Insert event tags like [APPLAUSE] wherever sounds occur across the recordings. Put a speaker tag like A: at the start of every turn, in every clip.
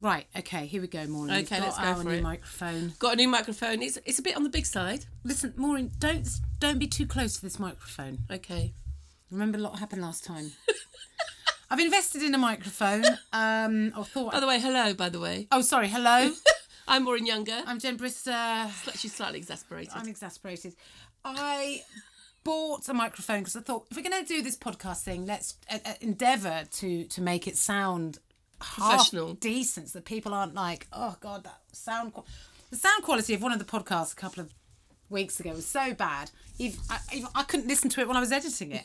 A: Right, okay, here we go, Maureen. We've
B: Okay,
A: got
B: let's go
A: our
B: for
A: new
B: it.
A: microphone.
B: Got a new microphone. It's, it's a bit on the big side.
A: Listen, Maureen, don't don't be too close to this microphone.
B: Okay.
A: Remember a lot happened last
B: [LAUGHS]
A: time. I've invested in a microphone. Um I thought
B: By the way, hello, by the way. [LAUGHS]
A: Oh sorry, hello.
B: I'm Maureen Younger.
A: I'm Jen Brister.
B: Sli- She's slightly exasperated.
A: I'm exasperated. I bought a microphone because I thought if we're going to do this podcast thing, let's uh, uh, endeavour to to make it sound half
B: Professional.
A: decent, so that people aren't like, oh god, that sound. Qu-. The sound quality of one of the podcasts a couple of weeks ago was so bad. If I, if I couldn't listen to it when I was editing it.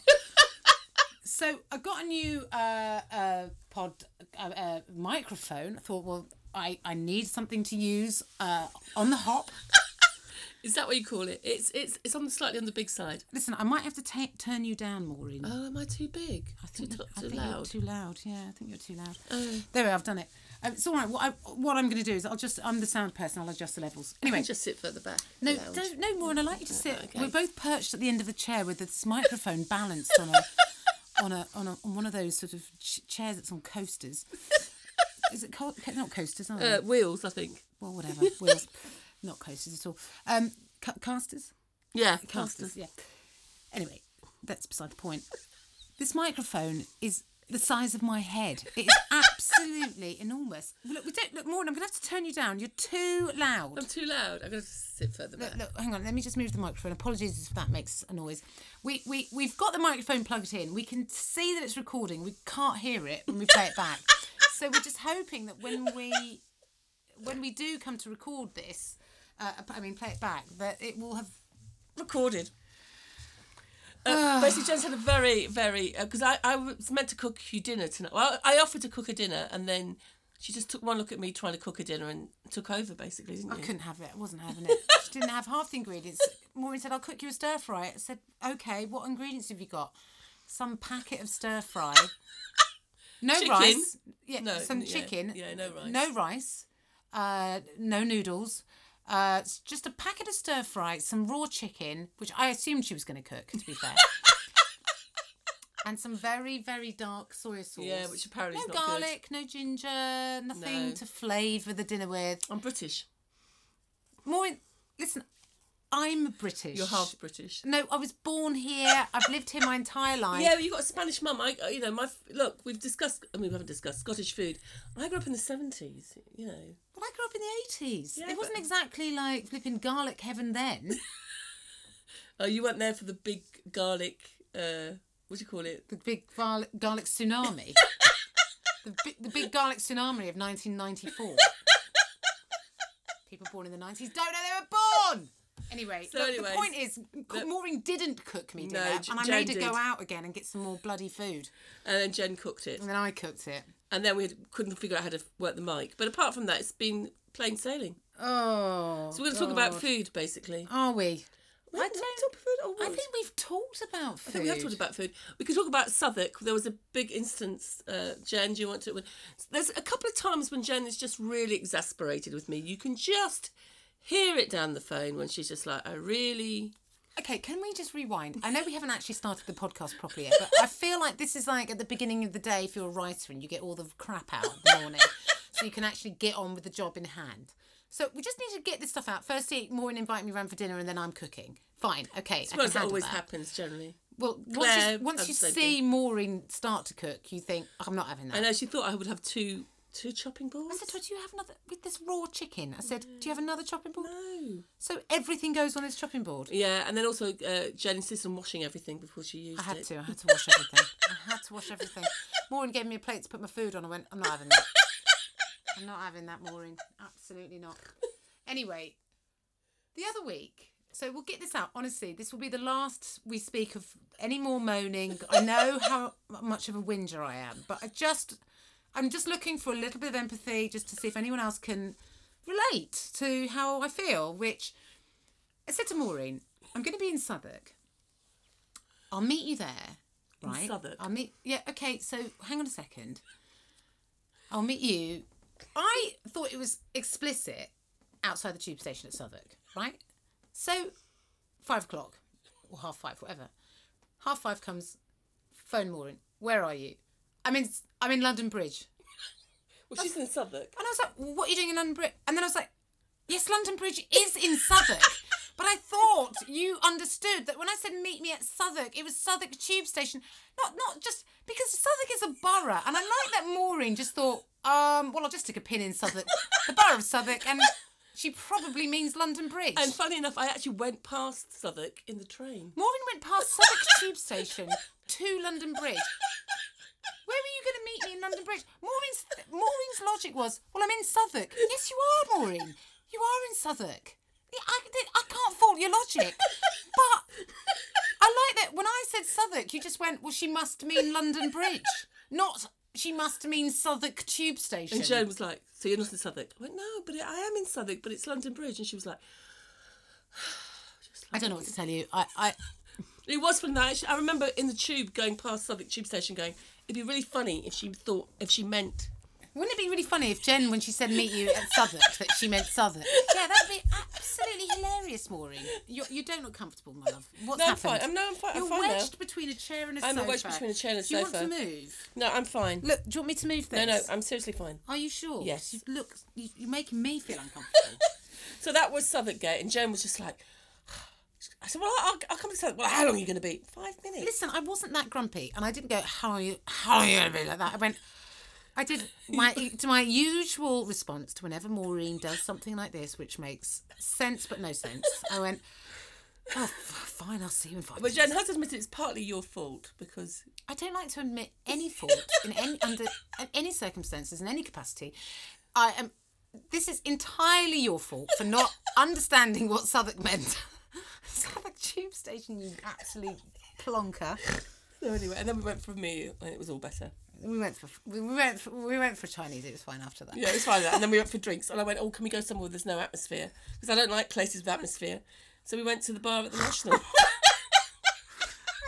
A: so I got a new uh, uh, pod uh, uh, microphone. I thought, well, I, I need something to use uh, on the hop.
B: Is that what you call it? It's it's it's on the slightly on the big side.
A: Listen, I might have to ta turn you down, Maureen.
B: Oh, am I too big?
A: I think,
B: too,
A: you're- I
B: too
A: think
B: loud. Oh.
A: you're too loud. Yeah, I think you're too loud. there we are, I've done it. Um, it's all right. What, I, what I'm going to do is I'll just, I'm the sound person, I'll adjust the levels. Anyway,
B: Just sit further back.
A: no,
B: Lounge.
A: don't, no, Maureen, I'd like you to sit.
B: okay.
A: We're both perched at the end of a chair with this
B: [LAUGHS]
A: microphone balanced on a, on a, on a, on one of those sort of ch- chairs that's on coasters. Is it co- co- not coasters? Are they?
B: [LAUGHS] Uh, wheels, I think.
A: well, whatever.
B: [LAUGHS]
A: Wheels. not coasters at all. Um, ca- casters.
B: Yeah,
A: casters.
B: casters.
A: Yeah. Anyway, that's beside the point. This microphone is the size of my head. It [LAUGHS] is absolutely enormous. Look, we don't look more. I'm going to have to turn you down. You're too loud.
B: I'm too loud. I'm gonna have to sit further back.
A: Look, look, hang on. Let me just move the microphone. Apologies if that makes a noise. We we we've got the microphone plugged in. We can see that it's recording. We can't hear it when we play it [LAUGHS] back. so we're just hoping that when we when we do come to record this, uh, I mean play it back, that it will have
B: recorded.
A: Ah.
B: Uh, basically, Jen's had a very, very because I, I was meant to cook you dinner tonight. Well, I offered to cook her dinner, and then she just took one look at me trying to cook her dinner and took over basically, didn't
A: I
B: you?
A: couldn't have it. I wasn't having it. She didn't have half the ingredients. Maureen said, I'll cook you a stir fry. I said, okay, what ingredients have you got? Some packet of stir fry. No
B: Chicken?
A: rice. Yeah,
B: No,
A: some
B: yeah,
A: chicken.
B: yeah, no rice.
A: No rice. Uh, no noodles. Uh, s- just a packet of stir fry, some raw chicken, which I assumed she was going to cook, to be
B: [LAUGHS]
A: fair. And some very, very dark soy sauce.
B: Yeah, which apparently
A: no
B: is not good.
A: garlic, no ginger, nothing
B: No.
A: to flavour the dinner with.
B: I'm British.
A: More, listen, I'm British.
B: You're half British.
A: No, I was born here. I've lived here my
B: [LAUGHS]
A: entire life.
B: Yeah, well, you got a Spanish mum. I, uh, you know, my look. We've discussed. I mean, we haven't discussed Scottish food. I grew up in the seventies. You know,
A: Well, I grew up in the 80s.
B: Yeah,
A: it wasn't
B: but-
A: exactly like flipping garlic heaven then.
B: oh, you weren't there for the big garlic. Uh, what do you call it?
A: the big garlic, garlic
B: [LAUGHS]
A: tsunami. the, big, the big garlic tsunami of 1994. People born in the 90s don't know they were born! Anyway,
B: So
A: look,
B: anyways,
A: the point is, Maureen didn't cook me dinner,
B: J-
A: and I
B: Jane
A: made her
B: did.
A: go out again and get some more bloody food.
B: And then Jen cooked it.
A: And then I cooked it.
B: and then we had, couldn't figure out how to work the mic. But apart from that, it's been plain sailing.
A: Oh.
B: So we're going to talk about food, basically.
A: Are we?
B: I talk about food. Oh,
A: I think we've talked about food.
B: we have talked about food. We could talk about Southwark. There was a big instance. Uh, Jen, do you want to? There's a couple of times when Jen is just really exasperated with me. You can just hear it down the phone when she's just like, "I really."
A: Okay, can we just rewind? I know we haven't actually started the podcast properly yet, but
B: [LAUGHS]
A: I feel like this is like at the beginning of the day if you're a writer and you get all the crap out in the
B: [LAUGHS]
A: morning so you can actually get on with the job in hand. So we just need to get this stuff out. Firstly, Maureen invite me round for dinner and then I'm cooking. Fine, okay. I can
B: Well, that
A: handle
B: always
A: that.
B: happens generally.
A: Well, once
B: Claire,
A: you, once you
B: I'm so
A: see Maureen start to cook, you think, I'm not having that.
B: I know she thought I would have two two chopping boards.
A: I said to her, Do you have another with this raw chicken? I said, Do you have another chopping board?
B: no.
A: So everything goes on this chopping board.
B: Yeah, and then also uh, Jen insists on washing everything before she used
A: I had
B: it.
A: to. I had to wash everything. [LAUGHS] I had to wash everything. Maureen gave me a plate to put my food on. I went, I'm not having [LAUGHS] that. I'm not having that, Maureen. Absolutely not. Anyway, the other week, so we'll get this out. Honestly, this will be the last we speak of any more moaning. I know how much of a whinger I am, but I just, I'm just looking for a little bit of empathy just to see if anyone else can relate to how I feel, which I said to Maureen, I'm going to be in Southwark. I'll meet you there. Right.
B: Southwark?
A: I'll meet. Yeah. Okay. So hang on a second. I'll meet you. I thought it was explicit outside the tube station at Southwark. Right. So five o'clock. or half five, whatever. Half five comes, phone Maureen. Where are you? I'm in I'm in London Bridge.
B: Well, she's in Southwark.
A: And I was like, well, what are you doing in London Bridge? And then I was like, yes, London Bridge is in Southwark. but I thought you understood that when I said meet me at Southwark, it was Southwark Tube Station. Not not just because Southwark is a borough. And I like that Maureen just thought, um, well, I'll just stick a pin in Southwark, the borough of Southwark. And she probably means London Bridge.
B: And funny enough, I actually went past Southwark in the train.
A: Maureen went past Southwark Tube Station to London Bridge. Where were you going to meet me in London Bridge? Maureen's, Maureen's logic was, well, I'm in Southwark. Yes, you are, Maureen. You are in Southwark. Yeah, I, I can't fault your logic. But I like that when I said Southwark, you just went, well, she must mean London Bridge, not she must mean Southwark Tube Station.
B: And Joan was like, "So you're not in Southwark?" I went, "No, but I am in Southwark, but it's London Bridge." And she was like,
A: I don't know what to tell you. I, I
B: "It was funny." that actually- I remember in the tube going past Southwark tube station, going, "It'd be really funny if she thought if she meant."
A: Wouldn't it be really funny if Jen, when she said meet you at Southwark, that she meant Southwark? Yeah, that'd be absolutely hilarious, Maureen. You, you don't look comfortable, my love. What's
B: No, I'm
A: happened?
B: fine. I'm no, I'm fine.
A: You're
B: I'm fine now.
A: wedged between a chair and a
B: I'm
A: sofa.
B: wedged between a chair and a
A: Do you
B: sofa.
A: want to move?
B: No, I'm fine.
A: Look, do you want me to move
B: No,
A: this?
B: no, I'm seriously fine.
A: Are you sure?
B: Yes.
A: You look, you, you're making me feel
B: [LAUGHS]
A: uncomfortable.
B: So that was Southwark Gate, and Joan was just like, [SIGHS] "I said, well, I'll, I'll come to Southwark. Well, how long are you going to be? Five minutes."
A: Listen, I wasn't that grumpy, and I didn't go, "How are you? How are you gonna be like that?" I went, I did my to my usual response to whenever Maureen does something like this, which makes sense but no sense. I went, "Oh, f- fine, I'll see you in five
B: But
A: minutes."
B: Joan has admitted it's partly your fault because
A: I don't like to admit any fault in any under in any circumstances in any capacity. I am. This is entirely your fault for not understanding what Southwark meant. [LAUGHS] Southwark tube station, you absolute plonker.
B: so anyway, and then we went for a meal, and it was all better.
A: We went for we went for, we went for Chinese. It was fine after that. [LAUGHS]
B: Yeah, it was fine. and then we went for drinks, and I went, "Oh, can we go somewhere where there's no atmosphere? Because I don't like places with atmosphere." So we went to the bar at the [LAUGHS] National.
A: I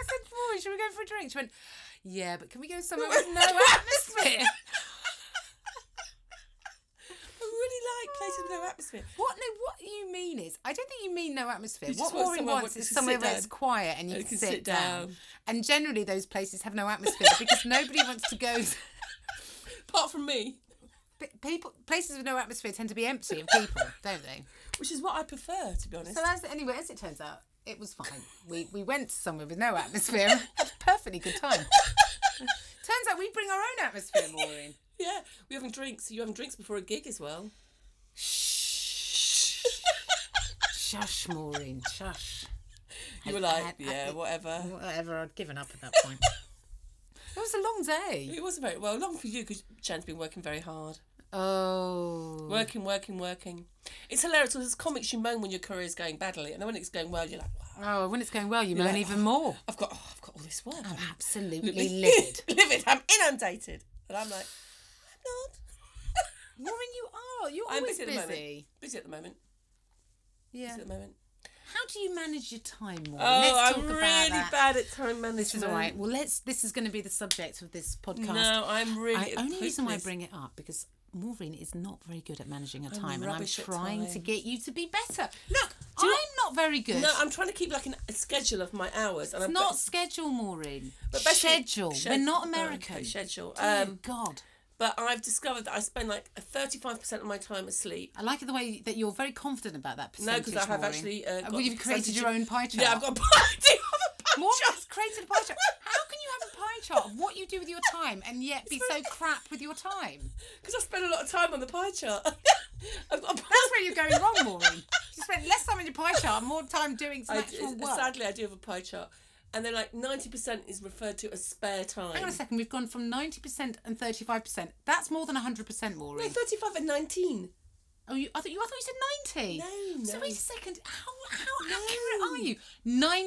A: said, "Roy, should we go for a drink?" She went, "Yeah, but can we go somewhere with
B: [LAUGHS]
A: no atmosphere?
B: I really like places with no atmosphere.
A: What? No, what you mean is I don't think you mean no atmosphere.
B: You
A: what
B: just want
A: Maureen
B: somewhere where
A: wants
B: you
A: is
B: can
A: somewhere
B: sit
A: where it's
B: down.
A: quiet and you, can, sit, down.
B: down.
A: And generally, those places have no atmosphere because nobody wants to go. [LAUGHS]
B: Apart from me,
A: p- People places with no atmosphere tend to be empty of people, don't they?
B: which is what I prefer, to be honest.
A: So as anyway, as it turns out, it was fine. We we went somewhere with no atmosphere, [LAUGHS] and had a perfectly good time. turns out we bring our own atmosphere, Maureen.
B: [LAUGHS] Yeah, we're having drinks. You're having drinks before a gig as well.
A: Shush, Maureen, shush.
B: You were
A: I- I-
B: like, yeah, whatever.
A: Whatever, I'd given up at that point. [LAUGHS] it was a long day.
B: It was very well long for you because Jan's been working very hard,
A: Oh.
B: working, working, working. It's hilarious because as comics you moan when your career's going badly, and then when it's going well, you're like, wow,
A: Oh, when it's going well, you moan
B: like,
A: even more.
B: I've got, oh, I've got all this work.
A: I'm
B: [LAUGHS]
A: absolutely livid.
B: livid. I'm inundated, and I'm like, I'm not
A: Maureen, you are. You're
B: I'm
A: always
B: busy at the
A: busy.
B: moment. busy at the moment.
A: Yeah.
B: Busy at the moment.
A: How do you manage your time, Maureen?
B: Oh,
A: Let's talk
B: I'm
A: about
B: really
A: that.
B: bad at time management.
A: This is all right. Well, let's. This is going to be the subject of this podcast.
B: No, I'm really.
A: I, only reason why I
B: hopeless.
A: bring it up because Maureen is not very good at managing her time, and I'm
B: rubbish at
A: trying to
B: time.
A: get you to be better. Look,
B: do you-
A: I'm not very good.
B: No, I'm trying to keep like an, a schedule of my hours, and
A: it's
B: I'm
A: not schedule, Maureen.
B: but basically-
A: schedule. We're
B: Sched-
A: not
B: oh,
A: American.
B: okay, schedule.
A: Dear
B: Um,
A: God,
B: but I've discovered that I spend like 35% of my time asleep.
A: I like it the way that you're very confident about that
B: No,
A: percentage.
B: because I have
A: Maureen.
B: actually. Uh,
A: Uh,
B: got
A: well,
B: the
A: you've created
B: percentage-
A: your own pie chart.
B: Yeah, I've got a pie. [LAUGHS] I do have a pie
A: Maureen
B: chart.
A: has created a pie
B: [LAUGHS]
A: chart. How can you have a pie chart of what you do with your time and yet be so crap with your time?
B: Because I spend a lot of time on the pie chart. [LAUGHS] I've got a pie
A: That's where you're going wrong, Maureen. You spent less time on your pie chart and more time doing some
B: I
A: actual
B: do-
A: work.
B: Sadly, I do have a pie chart, and then like ninety percent is referred to as spare time.
A: Hang on a second, we've gone from 90% and 35%. That's more than 100%, Maureen.
B: Thirty-five and nineteen.
A: Oh, you, I, thought you, I thought you said 90.
B: No,
A: So
B: no.
A: wait a second, how, how accurate are you?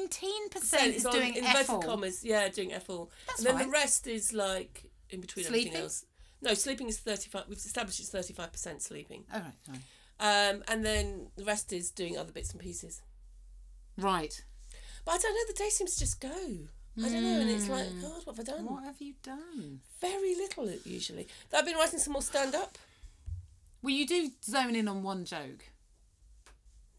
A: 19% is
B: on
A: doing
B: inverted
A: F all.
B: commas. Yeah, doing F all.
A: That's
B: and then
A: fine.
B: the rest is like in between
A: Sleeping?
B: everything else. No, sleeping is thirty-five. We've established it's thirty-five percent sleeping,
A: All right, all right.
B: um, and then the rest is doing other bits and pieces.
A: Right.
B: But I don't know. The day seems to just go. I don't know, and it's like, God, what have I done?
A: Mm. What have you done?
B: Very little usually. Though I've been writing some more stand-up.
A: Well, you do zone in on one joke.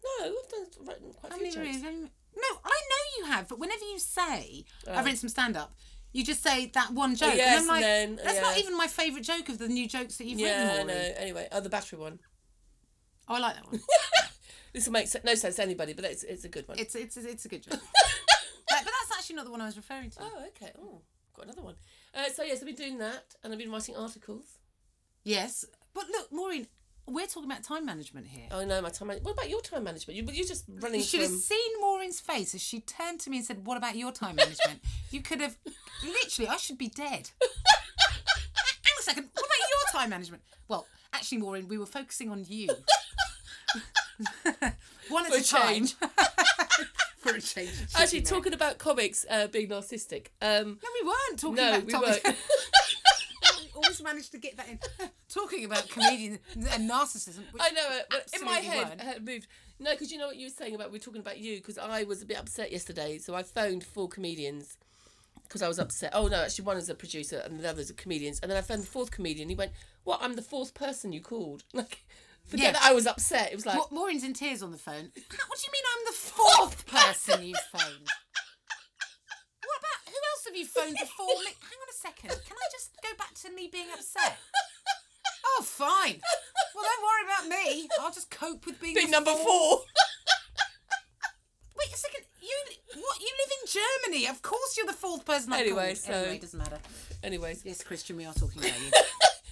B: No, I've done written quite a
A: How
B: few
A: many
B: jokes.
A: really? No, I know you have, but whenever you say I've written some stand up, you just say that one joke.
B: Oh.
A: and
B: yes,
A: I'm like,
B: and then-
A: that's not
B: yeah.
A: even my favourite joke of the new jokes that you've
B: Yeah, I
A: written.
B: know.
A: Maureen.
B: Anyway, oh, the battery one.
A: Oh, I like that one.
B: This will make se- no sense to anybody, but it's, it's a good one.
A: It's it's it's a good
B: [LAUGHS]
A: joke. But- but that's actually not the one I was referring to.
B: oh, okay. Oh, got another one. Uh, so, yes, I've been doing that and I've been writing articles.
A: Yes, but look, Maureen, we're talking about time management here.
B: Oh, no, my time management. What about your time management? You, you're just running
A: You should have
B: from-
A: seen Maureen's face as she turned to me and said, "What about your time
B: [LAUGHS]
A: management?" you could have literally. I should be dead. Hang on a second. What about your time management? Well, actually, Maureen, we were focusing on
B: [LAUGHS]
A: you. One at
B: For
A: a
B: a
A: time.
B: change.
A: [LAUGHS] For a change. it should
B: Actually,
A: be me.
B: talking about comics uh, being narcissistic. Um,
A: No, we weren't talking
B: no,
A: about
B: we
A: topics.
B: weren't.
A: [LAUGHS] We always managed to get that in. Talking about comedians and narcissism. Which
B: I know it, but in my
A: absolutely
B: head,
A: weren't.
B: I had moved. No, because you know what you were saying about we were talking about you because I was a bit upset yesterday, so I phoned four comedians because I was upset. Oh no, actually, one is a producer and the others are comedians, and then I phoned the fourth comedian. He went, "What? I'm the fourth person you called." [LAUGHS] Like, forget
A: Yeah.
B: that I was upset. It was like,
A: Ma- Maureen's in tears on the [LAUGHS] phone. What do you mean I'm the fourth [LAUGHS] person you phoned? What about who else have you phoned [LAUGHS] before me? Hang on a second. Can I just go back to me being upset? [LAUGHS] Oh, fine. Well, don't worry about me. I'll just cope with being,
B: big
A: the
B: number
A: fourth-
B: four. [LAUGHS]
A: Wait a second. You what? You live in Germany. Of course, you're the fourth person. I
B: Anyway,
A: called.
B: so-
A: anyway, it doesn't matter.
B: Anyways,
A: Yes, Christian, we are talking about [LAUGHS] you.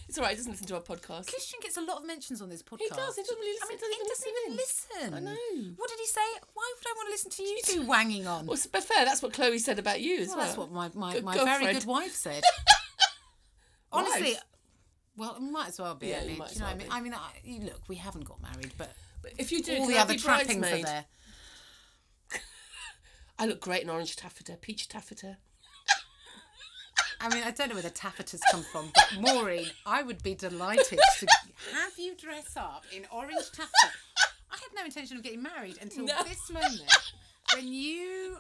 B: it's all right. He doesn't listen to our podcast.
A: Christian gets a lot of mentions on this podcast.
B: does, he doesn't really
A: I mean,
B: listen-
A: he doesn't even listen.
B: I know.
A: What did he say? Why would I want to listen to you two wanging on?
B: Well, to be fair, that's what Chloe said about you as well.
A: Well, that's what my, my,
B: Good
A: my very
B: girlfriend.
A: good wife
B: [LAUGHS]
A: said. Honestly,
B: Wife.
A: well, it might as well be.
B: Yeah,
A: I
B: you
A: mean,
B: might
A: do
B: as
A: you know
B: well
A: what I mean? I mean, I, you- look, we haven't got married, but
B: But if you do,
A: all
B: can
A: the
B: I
A: other
B: be
A: trappings are
B: bridesmaid?
A: there.
B: I look great in orange taffeta, peach taffeta.
A: I mean, I don't know where the taffetas come from, but Maureen, I would be delighted to have you dress up in orange taffeta. I had no intention of getting married until
B: No.
A: this moment when you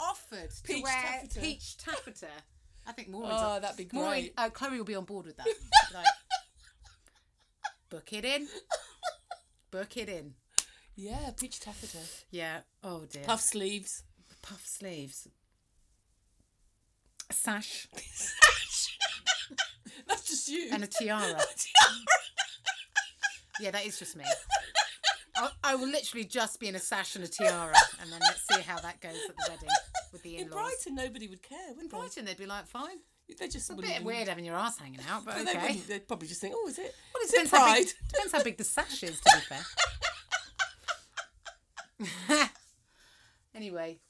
A: offered to
B: Peach
A: wear
B: taffeta.
A: peach taffeta. I think Maureen's
B: Oh,
A: up-
B: that'd be
A: Maureen,
B: great.
A: uh, Chloe will be on board with
B: [LAUGHS]
A: that. Like, book it in. Book it in.
B: Yeah, peach taffeta.
A: Yeah. Oh dear.
B: Puff sleeves.
A: puff sleeves. Sash
B: [LAUGHS] That's just you.
A: [LAUGHS] and a tiara. Yeah, that is just
B: [LAUGHS]
A: me. I, I will literally just be in a sash and a tiara, and then let's see how that goes at the wedding with the
B: in
A: in-laws.
B: Brighton, nobody would care,
A: In
B: wouldn't they?
A: Brighton, they'd be like, "Fine."
B: They just
A: A
B: wouldn't.
A: bit weird having your ass hanging out, but
B: [LAUGHS] They
A: okay.
B: wouldn't. They'd probably just think, oh, is it?
A: Well, it
B: is it
A: depends how big,
B: pride? [LAUGHS]
A: depends how big the sash is, to be fair.
B: [LAUGHS]
A: [LAUGHS] anyway,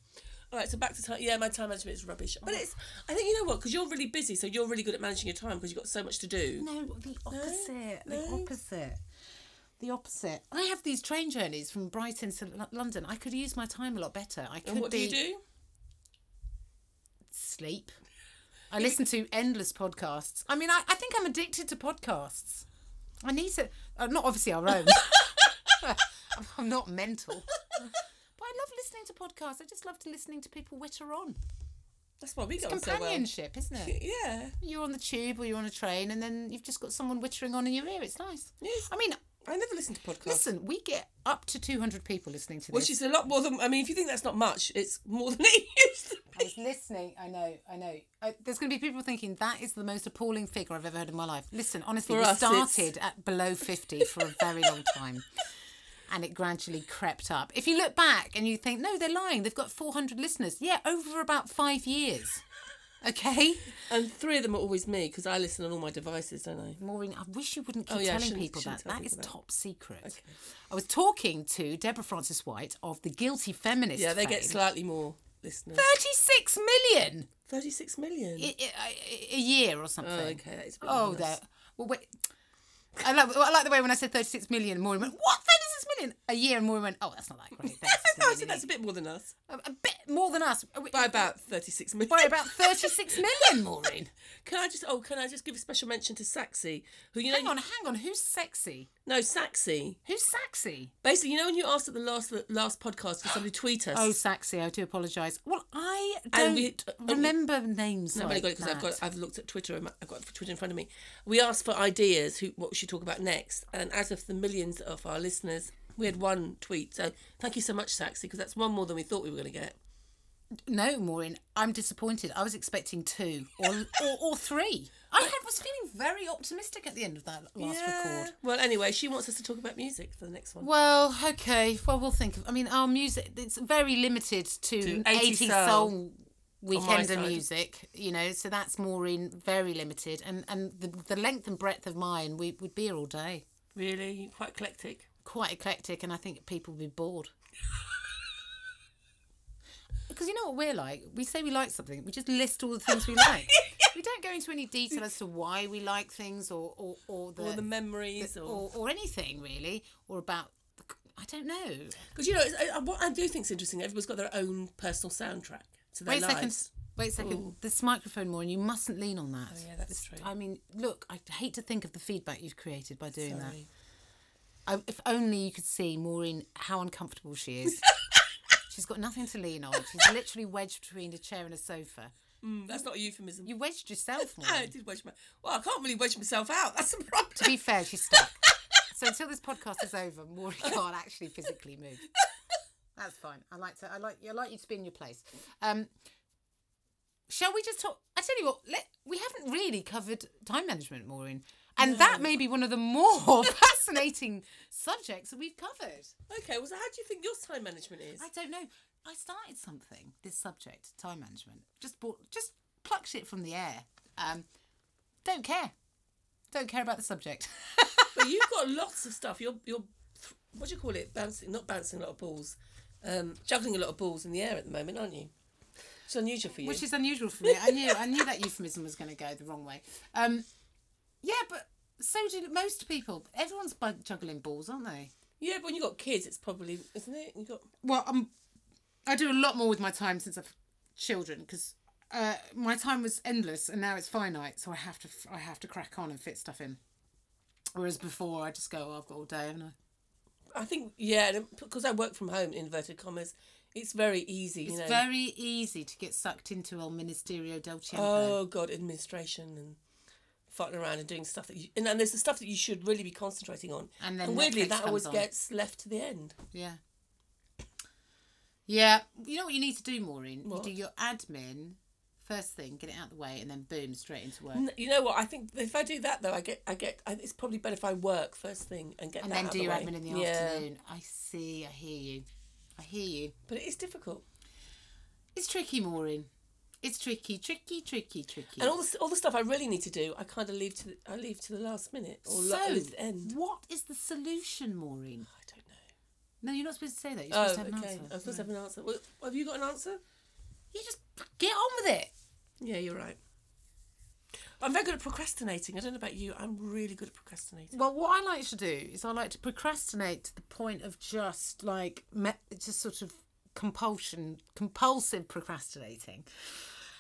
B: All right, so back to time. Yeah, my time management is rubbish. But
A: Mm.
B: it's, I think, you know what? Because you're really busy, so you're really good at managing your time because you've got so much to do.
A: No, the opposite. The
B: no.
A: opposite. The opposite. I have these train journeys from Brighton to L- London. I could use my time a lot better. I could
B: and what
A: be
B: do you do?
A: sleep. I listen to endless podcasts. I mean, I, I think I'm addicted to podcasts. I need to, uh, not obviously our [LAUGHS] own. I'm, I'm not mental. But I love listening to podcasts. I just love to listening to people witter on.
B: That's why we got on so well.
A: Companionship, isn't [LAUGHS] it?
B: [LAUGHS] Yeah.
A: You're on the tube or you're on a train and then you've just got someone wittering on in your ear. It's nice.
B: Yes.
A: I mean,
B: I never listen to podcasts.
A: Listen, we get up to 200 people listening to this.
B: Which is a lot more than, I mean, if you think that's not much, it's more [LAUGHS] than it used to
A: I was listening. I know, I know. I, there's going to be people thinking that is the most appalling figure I've ever heard in my life. Listen, honestly,
B: For
A: we
B: us, it's-
A: started at below 50 for a very long time. And it gradually crept up. If you look back and you think, no, they're lying, they've got 400 listeners. Yeah, over about five years. Okay?
B: And three of them are always me because I listen on all my devices, don't I?
A: Maureen, I wish you wouldn't keep
B: Oh, yeah, I
A: telling
B: shouldn't-
A: people
B: shouldn't
A: that.
B: tell
A: That is
B: people that.
A: top secret. I was talking to Deborah Francis White of the Guilty Feminist.
B: Yeah, they
A: fame.
B: get slightly more listeners.
A: 36 million
B: 36 million.
A: i- i- a, year or something.
B: oh, okay, that is a bit
A: Oh,
B: nice.
A: there. Well, wait. I like, well, I like the way when I said 36 million, Maureen went, What? 36 million? A year, and Maureen went, Oh, [LAUGHS] that's not that great. 36
B: [LAUGHS] No, I
A: million,
B: think that's a bit more than us.
A: a, a bit more than us. We-
B: By about 36 million.
A: By about 36 million,
B: [LAUGHS]
A: Maureen.
B: Can I just, oh, can I just give a special mention to Saxy, who, you know,
A: Hang on, hang on. Who's sexy?
B: no, Saxy.
A: Who's sexy?
B: Basically, you know when you asked at the last the last podcast for
A: [GASPS]
B: somebody to tweet us?
A: Oh, sexy. I do apologise. Well, I
B: And
A: don't
B: we- oh.
A: remember names.
B: I've only
A: like
B: got it because I've
A: that.
B: got I've looked at Twitter. and I've got Twitter in front of me. We asked for ideas who what we should talk about next, and out of the millions of our listeners, We had one tweet. So thank you so much, Saxy, because that's one more than we thought we were going to get.
A: No, Maureen, I'm disappointed. I was expecting two or or, or three. I had, was feeling very optimistic at the end of that last record.
B: Well, anyway, she wants us to talk about music for the next one.
A: Well, okay. Well, we'll think of. I mean, our music it's very limited to,
B: To
A: 80,
B: 80
A: soul,
B: soul
A: weekend
B: side.
A: of music. You know, so that's Maureen very limited, and and the, the length and breadth of mine, we would be here all day.
B: Really, quite eclectic.
A: Quite eclectic, and I think people would be bored. Because you know what we're like? We say we like something, we just list all the things we like. We don't go into any detail as to why we like things or, or, or the
B: Or the memories, or
A: or, or anything really, or about the, c- I don't know.
B: because you know it's, I, I- what I do think is interesting. Everyone's got their own personal soundtrack to their
A: Wait a
B: lives.
A: second. Wait a second. This microphone, Maureen, you mustn't lean on that.
B: Oh, yeah, that's
A: This-
B: true.
A: I mean, look, I hate to think of the feedback you've created by doing
B: Sorry.
A: that. I, if only you could see Maureen how uncomfortable she
B: [LAUGHS]
A: is. She's got nothing to lean on. She's literally wedged between a chair and a sofa.
B: Mm, that's not a euphemism.
A: You wedged yourself,
B: No, [LAUGHS] I
A: Maureen.
B: did wedge my. Well, I can't really wedge myself out. [LAUGHS] That's the problem.
A: to be fair, she's stuck. So until this podcast is over, Maureen [LAUGHS] can't actually physically move. That's fine. I like to. I like. I like you to be in your place. Um, shall we just talk? I tell you what. Let, we haven't really covered time management, Maureen, and that may be one of the more [LAUGHS] fascinating subjects that we've covered.
B: Okay, well, so how do you think your time management is?
A: I don't know. I started something. This subject, time management, just bought, just plucked it from the air. Um, don't care. Don't care about the subject. [LAUGHS]
B: but you've got lots of stuff. You're you're th- what do you call it? Bouncing, not bouncing a lot of balls, um, juggling a lot of balls in the air at the moment, aren't you? It's unusual for you.
A: which is unusual for me. I knew I knew that euphemism was going to go the wrong way. Um, yeah, but so do most people. Everyone's bu- juggling balls, aren't they?
B: yeah, but when you've got kids, it's probably isn't it? You got
A: Well, i I do a lot more with my time since I've children because uh, my time was endless and now it's finite, so I have to f- I have to crack on and fit stuff in. Whereas before, I just go, oh, I've got all day, haven't I?
B: I think yeah, and because I work from home. Inverted commas, it's very easy. you
A: It's
B: know.
A: very easy to get sucked into El Ministerio del Tiempo.
B: oh god, administration and farting around and doing stuff that you and, and there's the stuff that you should really be concentrating on.
A: And then
B: weirdly,
A: Netflix
B: that
A: comes
B: always
A: on.
B: gets left to the end.
A: Yeah. Yeah. You know what you need to do, Maureen?
B: What?
A: You do your admin first thing, get it out of the way, and then boom, straight into work.
B: N- You know what? I think if I do that though, I get, I get. I, it's probably better if I work first thing and get
A: and
B: that
A: then
B: out
A: do
B: of the
A: your
B: way.
A: admin in the
B: yeah.
A: afternoon. I see. I hear you. I hear you.
B: But it is difficult.
A: It's tricky, Maureen. It's tricky, tricky, tricky, tricky.
B: And all the s- all the stuff I really need to do, I kind of leave to the, I leave to the last minute or
A: so,
B: la- leave to the end.
A: what is the solution, Maureen?
B: I don't know.
A: No, you're not supposed to say that. You're supposed to have
B: oh,
A: an
B: okay.
A: answer.
B: I was supposed to have an answer. Well, have you got an answer?
A: You just get on with it.
B: Yeah, you're right. I'm very good at procrastinating. I don't know about you. I'm really good at procrastinating.
A: Well, what I like to do is I like to procrastinate to the point of just like me- just sort of compulsion, compulsive procrastinating.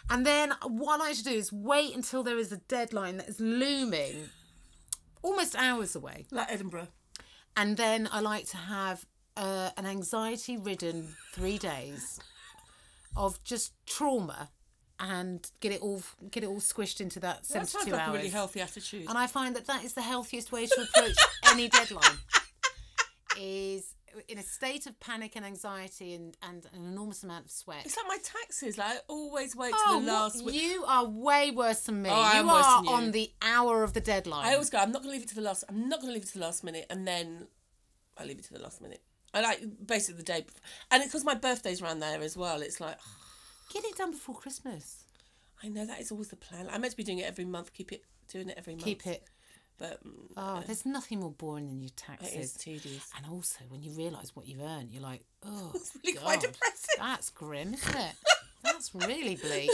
A: And then what I like to do is wait until there is a deadline that is looming, almost hours away,
B: Like Edinburgh.
A: and then I like to have uh, an anxiety-ridden three days of just trauma, and get it all get it all squished into that
B: That
A: seventy-two
B: sounds
A: hours.
B: like a really healthy attitude.
A: And I find that that is the healthiest way to approach
B: [LAUGHS]
A: any deadline. Is in a state of panic and anxiety and, and an enormous amount of sweat.
B: It's like my taxes. Like, I always wait
A: Oh,
B: to the last
A: what-
B: week.
A: you are way worse than me.
B: Oh, I am
A: you
B: worse
A: are
B: than you.
A: on the hour of the deadline.
B: I always go. I'm not going to leave it to the last. I'm not going to leave it to the last minute, and then I leave it to the last minute. I like basically the day, before. and because my birthday's around there as well, it's like
A: Get it done before Christmas.
B: I know that is always the plan. I'm meant to be doing it every month. Keep it doing it every month.
A: Keep it.
B: But mm,
A: Oh, there's nothing more boring than your
B: it is
A: taxes.
B: tedious.
A: And also, when you realise what you've earned, you're like, oh,
B: It's really quite
A: God.
B: depressing.
A: That's grim, isn't it? That's really
B: [LAUGHS]
A: bleak.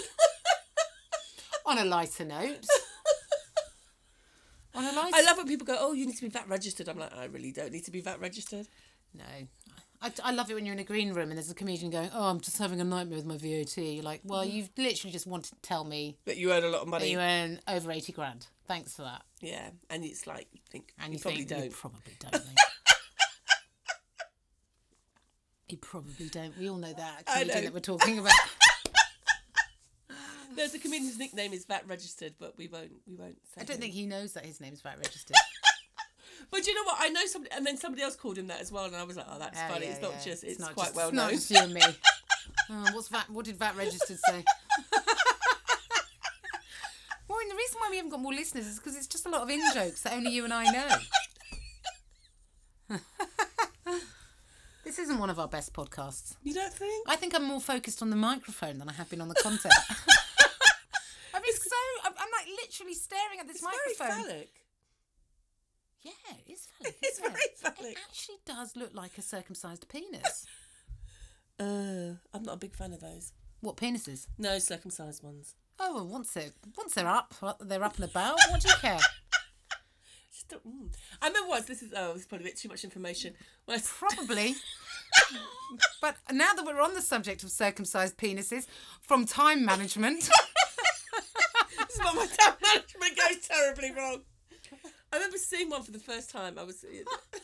A: On a lighter note. On a lighter
B: I love when people go, "Oh, you need to be VAT registered." I'm like, I really don't need to be VAT registered.
A: No. I, I love it when you're in a green room and there's a comedian going, Oh, I'm just having a nightmare with my VAT. You're like, Well,
B: Mm-hmm.
A: you've literally just wanted to tell me
B: But you earn a lot of
A: that
B: money.
A: you earn over 80 grand. Thanks for that.
B: yeah, and it's like you think
A: And
B: you,
A: you,
B: probably
A: think,
B: don't.
A: You probably don't,
B: [LAUGHS]
A: mate. you probably don't. We all know that comedian
B: know.
A: that we're talking about. [LAUGHS]
B: There's a comedian's nickname is VAT registered, but we won't. We won't. Say
A: I don't
B: him. [LAUGHS]
A: think he knows that his name's VAT registered.
B: But do you know what? I know somebody, and then somebody else called him that as well, and I was like, oh, that's
A: Oh,
B: funny.
A: yeah,
B: it's not
A: yeah.
B: just, it's,
A: not
B: quite
A: just-
B: well
A: it's
B: known.
A: Not just you and me. Oh, what's that? What did VAT registered say? Well, and the reason why we haven't got more listeners is because it's just a lot of in jokes that only you and I
B: [LAUGHS]
A: know. [LAUGHS] this isn't one of our best podcasts.
B: [LAUGHS] You don't think?
A: I think I'm more focused on the microphone than I have been on the
B: [LAUGHS]
A: content. [LAUGHS] I've been so I'm, I'm like literally staring at this
B: It's
A: microphone.
B: very phallic.
A: Yeah, it is [LAUGHS] phallic.
B: It's
A: isn't
B: very
A: it? It
B: phallic.
A: actually does look like a circumcised penis.
B: Uh, I'm not a big fan of those.
A: What penises?
B: No circumcised ones.
A: Oh, well, once they're once they're up, uh, they're up and about. What do you care?
B: Just don't, mm. I remember once. This is oh, this is probably a bit too much information. When I s-
A: Probably. But now that we're on the subject of circumcised penises, from time management,
B: this is what my time management goes terribly wrong. I remember seeing one for the first time. I was, [LAUGHS] and I did.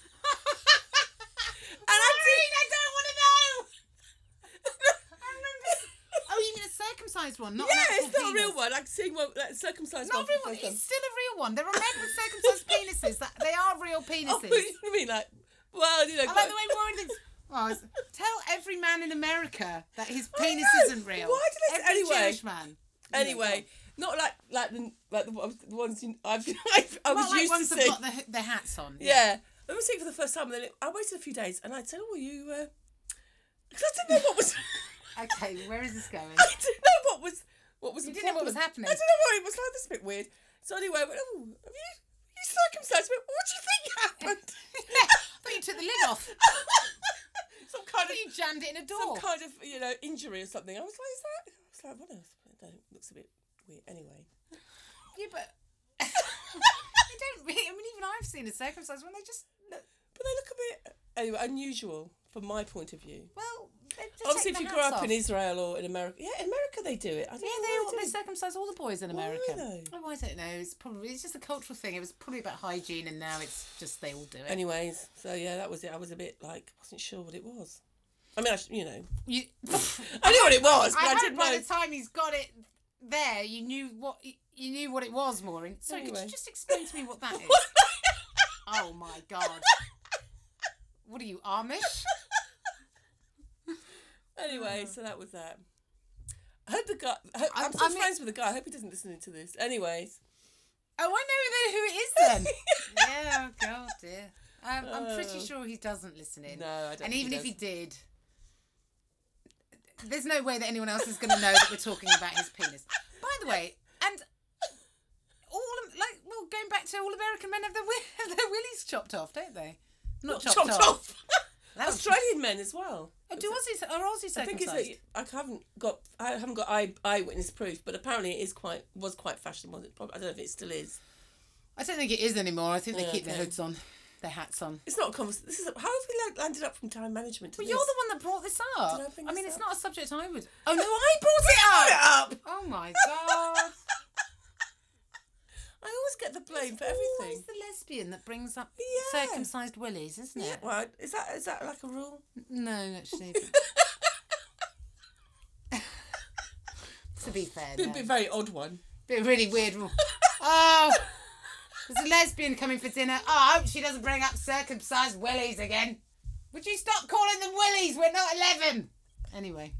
B: I don't want to know.
A: [LAUGHS]
B: [LAUGHS]
A: oh, you mean a circumcised one, not
B: Yeah,
A: an actual
B: it's not a
A: penis.
B: real one. I've seen one like, circumcised
A: Not
B: one.
A: a
B: for the
A: real one.
B: first time.
A: It's still a real one. There are men with [LAUGHS] circumcised penises. That they are real
B: Oh, [LAUGHS]
A: penises.
B: you mean like? Well, you know.
A: I
B: quite-
A: like the way Warren thinks. Oh, it's- tell every man in America that his
B: know.
A: penis isn't real.
B: Why did I say-
A: every
B: anyway.
A: Jewish man?
B: anyway, not like like the like the, ones- the ones you, I've, [LAUGHS] I've I was
A: Not like
B: used
A: ones
B: to
A: that
B: seeing.
A: got the, their hats on.
B: Yeah. I was seeing it for the first time, and then it, I waited a few days, and I said, "Oh, you," because I didn't know what was.
A: [LAUGHS]
B: [LAUGHS]
A: Okay, where is this going?
B: I didn't know what was what was. You
A: didn't know what was happening.
B: I didn't know what it was like. This is a bit weird. So anyway, I went, "Oh, have you you circumcised?" I went, what do you think
A: [LAUGHS]
B: happened? [LAUGHS]
A: I thought you took the lid off.
B: some
A: I
B: kind of
A: thought you jammed it in a
B: some
A: door.
B: kind of you know injury or something. I was like, "Is that?" I was like, "What else?" No, it looks a bit weird. Anyway,
A: Yeah,
B: [LAUGHS]
A: but they don't really. I mean, even I've seen a circumcised one. They just look.
B: but they look a bit anyway unusual from my point of view.
A: Well, they just
B: Obviously,
A: take
B: if
A: the
B: you grow up
A: hats
B: in
A: off.
B: Israel or in America, yeah, in America they do it. I don't
A: Yeah, they,
B: know why
A: all, they
B: do it.
A: circumcise all the boys in America.
B: though?
A: Oh, I don't know. It's probably it's just a cultural thing. It was probably about hygiene, and now it's just they all do it.
B: Anyways, so yeah, that was it. I was a bit like, wasn't sure what it was. I mean, I, sh- you [LAUGHS] know,
A: [LAUGHS] You,
B: I knew what it was, but
A: I
B: I,
A: hope
B: didn't
A: by
B: know.
A: the time he's got it there, you knew what you knew what it was, Maureen. Sorry, could
B: Anyway.
A: you just explain to me what that is? oh my god! What are you Amish?
B: anyway, so that was that. I hope the guy. I hope,
A: I-
B: I'm still
A: I mean-
B: friends with the guy. I hope he doesn't listen to this. Anyways,
A: Oh,
B: [LAUGHS]
A: I know then who it is then. yeah, oh god, dear. Um, I'm pretty
B: Oh.
A: sure he doesn't listen in.
B: no, I don't.
A: and
B: think
A: even
B: he
A: if he
B: does.
A: did, there's no way that anyone else is going to know that we're talking about his penis. By the way, and all of- like well, going back to all American men have their wi- [LAUGHS] have their willies chopped off, don't they? Not chopped,
B: chopped
A: off.
B: off.
A: [LAUGHS] That was-
B: Australian men as well.
A: [LAUGHS] Oh, do Aussies are Aussies circumcised?
B: I think it's that I haven't got I haven't got eye eyewitness proof, but apparently it is quite was quite fashionable. It probably, I don't know if it still is.
A: I don't think it is anymore. I think they
B: Yeah,
A: keep their
B: okay.
A: hoods on, their hats on.
B: It's not a conversation. This is how have we like, landed up from time management to
A: But
B: this?
A: you're
B: [LAUGHS]
A: the one that brought this up.
B: Did I bring
A: I
B: this
A: mean, it's
B: up?
A: not a subject I would. Oh no, I brought it up.
B: up.
A: Oh my
B: [LAUGHS]
A: god.
B: I always get the blame for
A: Always
B: everything.
A: the lesbian that brings up
B: Yeah.
A: circumcised willies, isn't it?
B: Yeah. Well, is that is that like a rule?
A: No, [LAUGHS] actually. to be fair,
B: It'd
A: no.
B: be a very odd one.
A: Be a really weird. [LAUGHS] rule. Oh, there's a lesbian coming for dinner. Oh, I hope she doesn't bring up circumcised willies again. Would you stop calling them willies? We're not eleven. Anyway,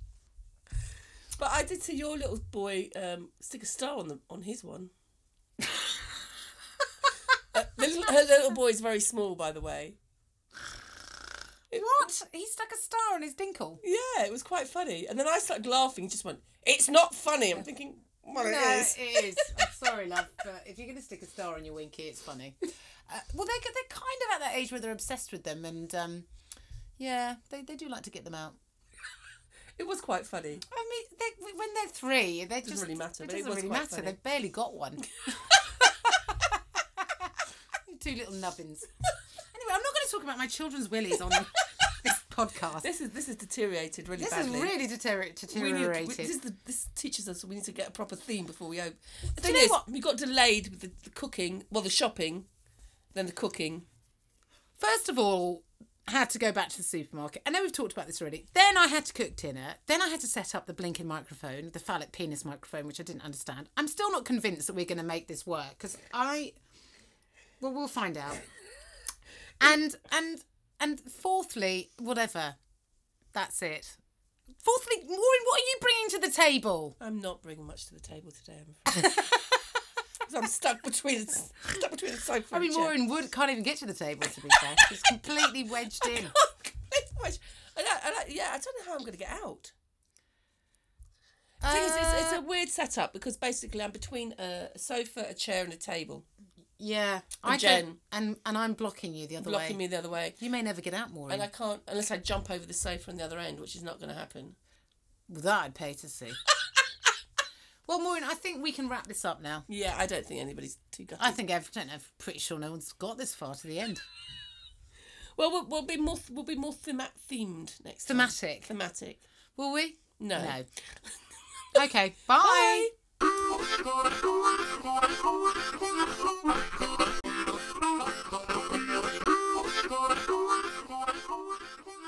B: But I did see your little boy um, stick a star on the on his
A: [LAUGHS]
B: one. Uh, the little, her little boy is very small, by the way.
A: what? He stuck a star on his dinkle.
B: Yeah, it was quite funny. And then I started laughing. Just went, "It's not funny." I'm thinking, "Well,
A: No,
B: it is."
A: it
B: [LAUGHS]
A: is. I'm sorry, love, but if you're going to stick a star on your winky, it's funny. Uh, well, they're, they're kind of at that age where they're obsessed with them, and um, yeah, they, they do like to get them out.
B: It was quite funny.
A: I mean, they, when they're three, they just
B: really matter,
A: It
B: but it
A: doesn't
B: was
A: really
B: quite
A: matter.
B: funny.
A: They've barely got
B: [LAUGHS]
A: one. [LAUGHS] Two little nubbins. Anyway, I'm not going to talk about my children's willies
B: [LAUGHS]
A: on this podcast.
B: This is this is deteriorated really
A: This is
B: badly.
A: really deterior-
B: we need,
A: deteriorated.
B: we- this, is the, this teaches us we need to get a proper theme before we open. The
A: you
B: thing
A: know
B: is,
A: what?
B: we got delayed with the, the cooking, well, the shopping, then the cooking.
A: First of all, had to go back to the supermarket. I know we've talked about this already. Then I had to cook dinner. Then I had to set up the blinking microphone, the phallic penis microphone, which I didn't understand. I'm still
B: [LAUGHS]
A: not convinced that we're going to make this work because I. Well, we'll find out. and and and fourthly, whatever. That's it. Fourthly, Maureen, what are you bringing to the table?
B: I'm not bringing much to the table today. I'm afraid. [LAUGHS] 'Cause I'm stuck between stuck between the sofa.
A: I mean,
B: and [LAUGHS] chair.
A: Maureen Wood can't even get to the table, to be fair. She's completely
B: [LAUGHS]
A: wedged in.
B: Which- I don't- I don't- yeah, I don't know how I'm going to get out. Thing is, it's,
A: Uh,
B: it's a weird setup because basically I'm between a sofa, a chair, and a table,
A: Yeah, I
B: Jen.
A: don't- and and I'm blocking you the other
B: blocking
A: way. Mm.
B: me the other way.
A: You may never get out, Maureen.
B: And I can't unless I jump over the sofa on the other end, which is not going to happen.
A: Well, that I'd pay to
B: [LAUGHS]
A: see. well, Maureen, I think we can wrap this up now.
B: Yeah, I don't think anybody's too gutted.
A: I think I've, I don't know, I'm pretty sure no one's got this far to the end.
B: well, we'll we'll be more we'll be more thema- themed next time.
A: Thematic,
B: Thematic.
A: will we?
B: No. [LAUGHS]
A: No. okay, bye.
C: Thank you.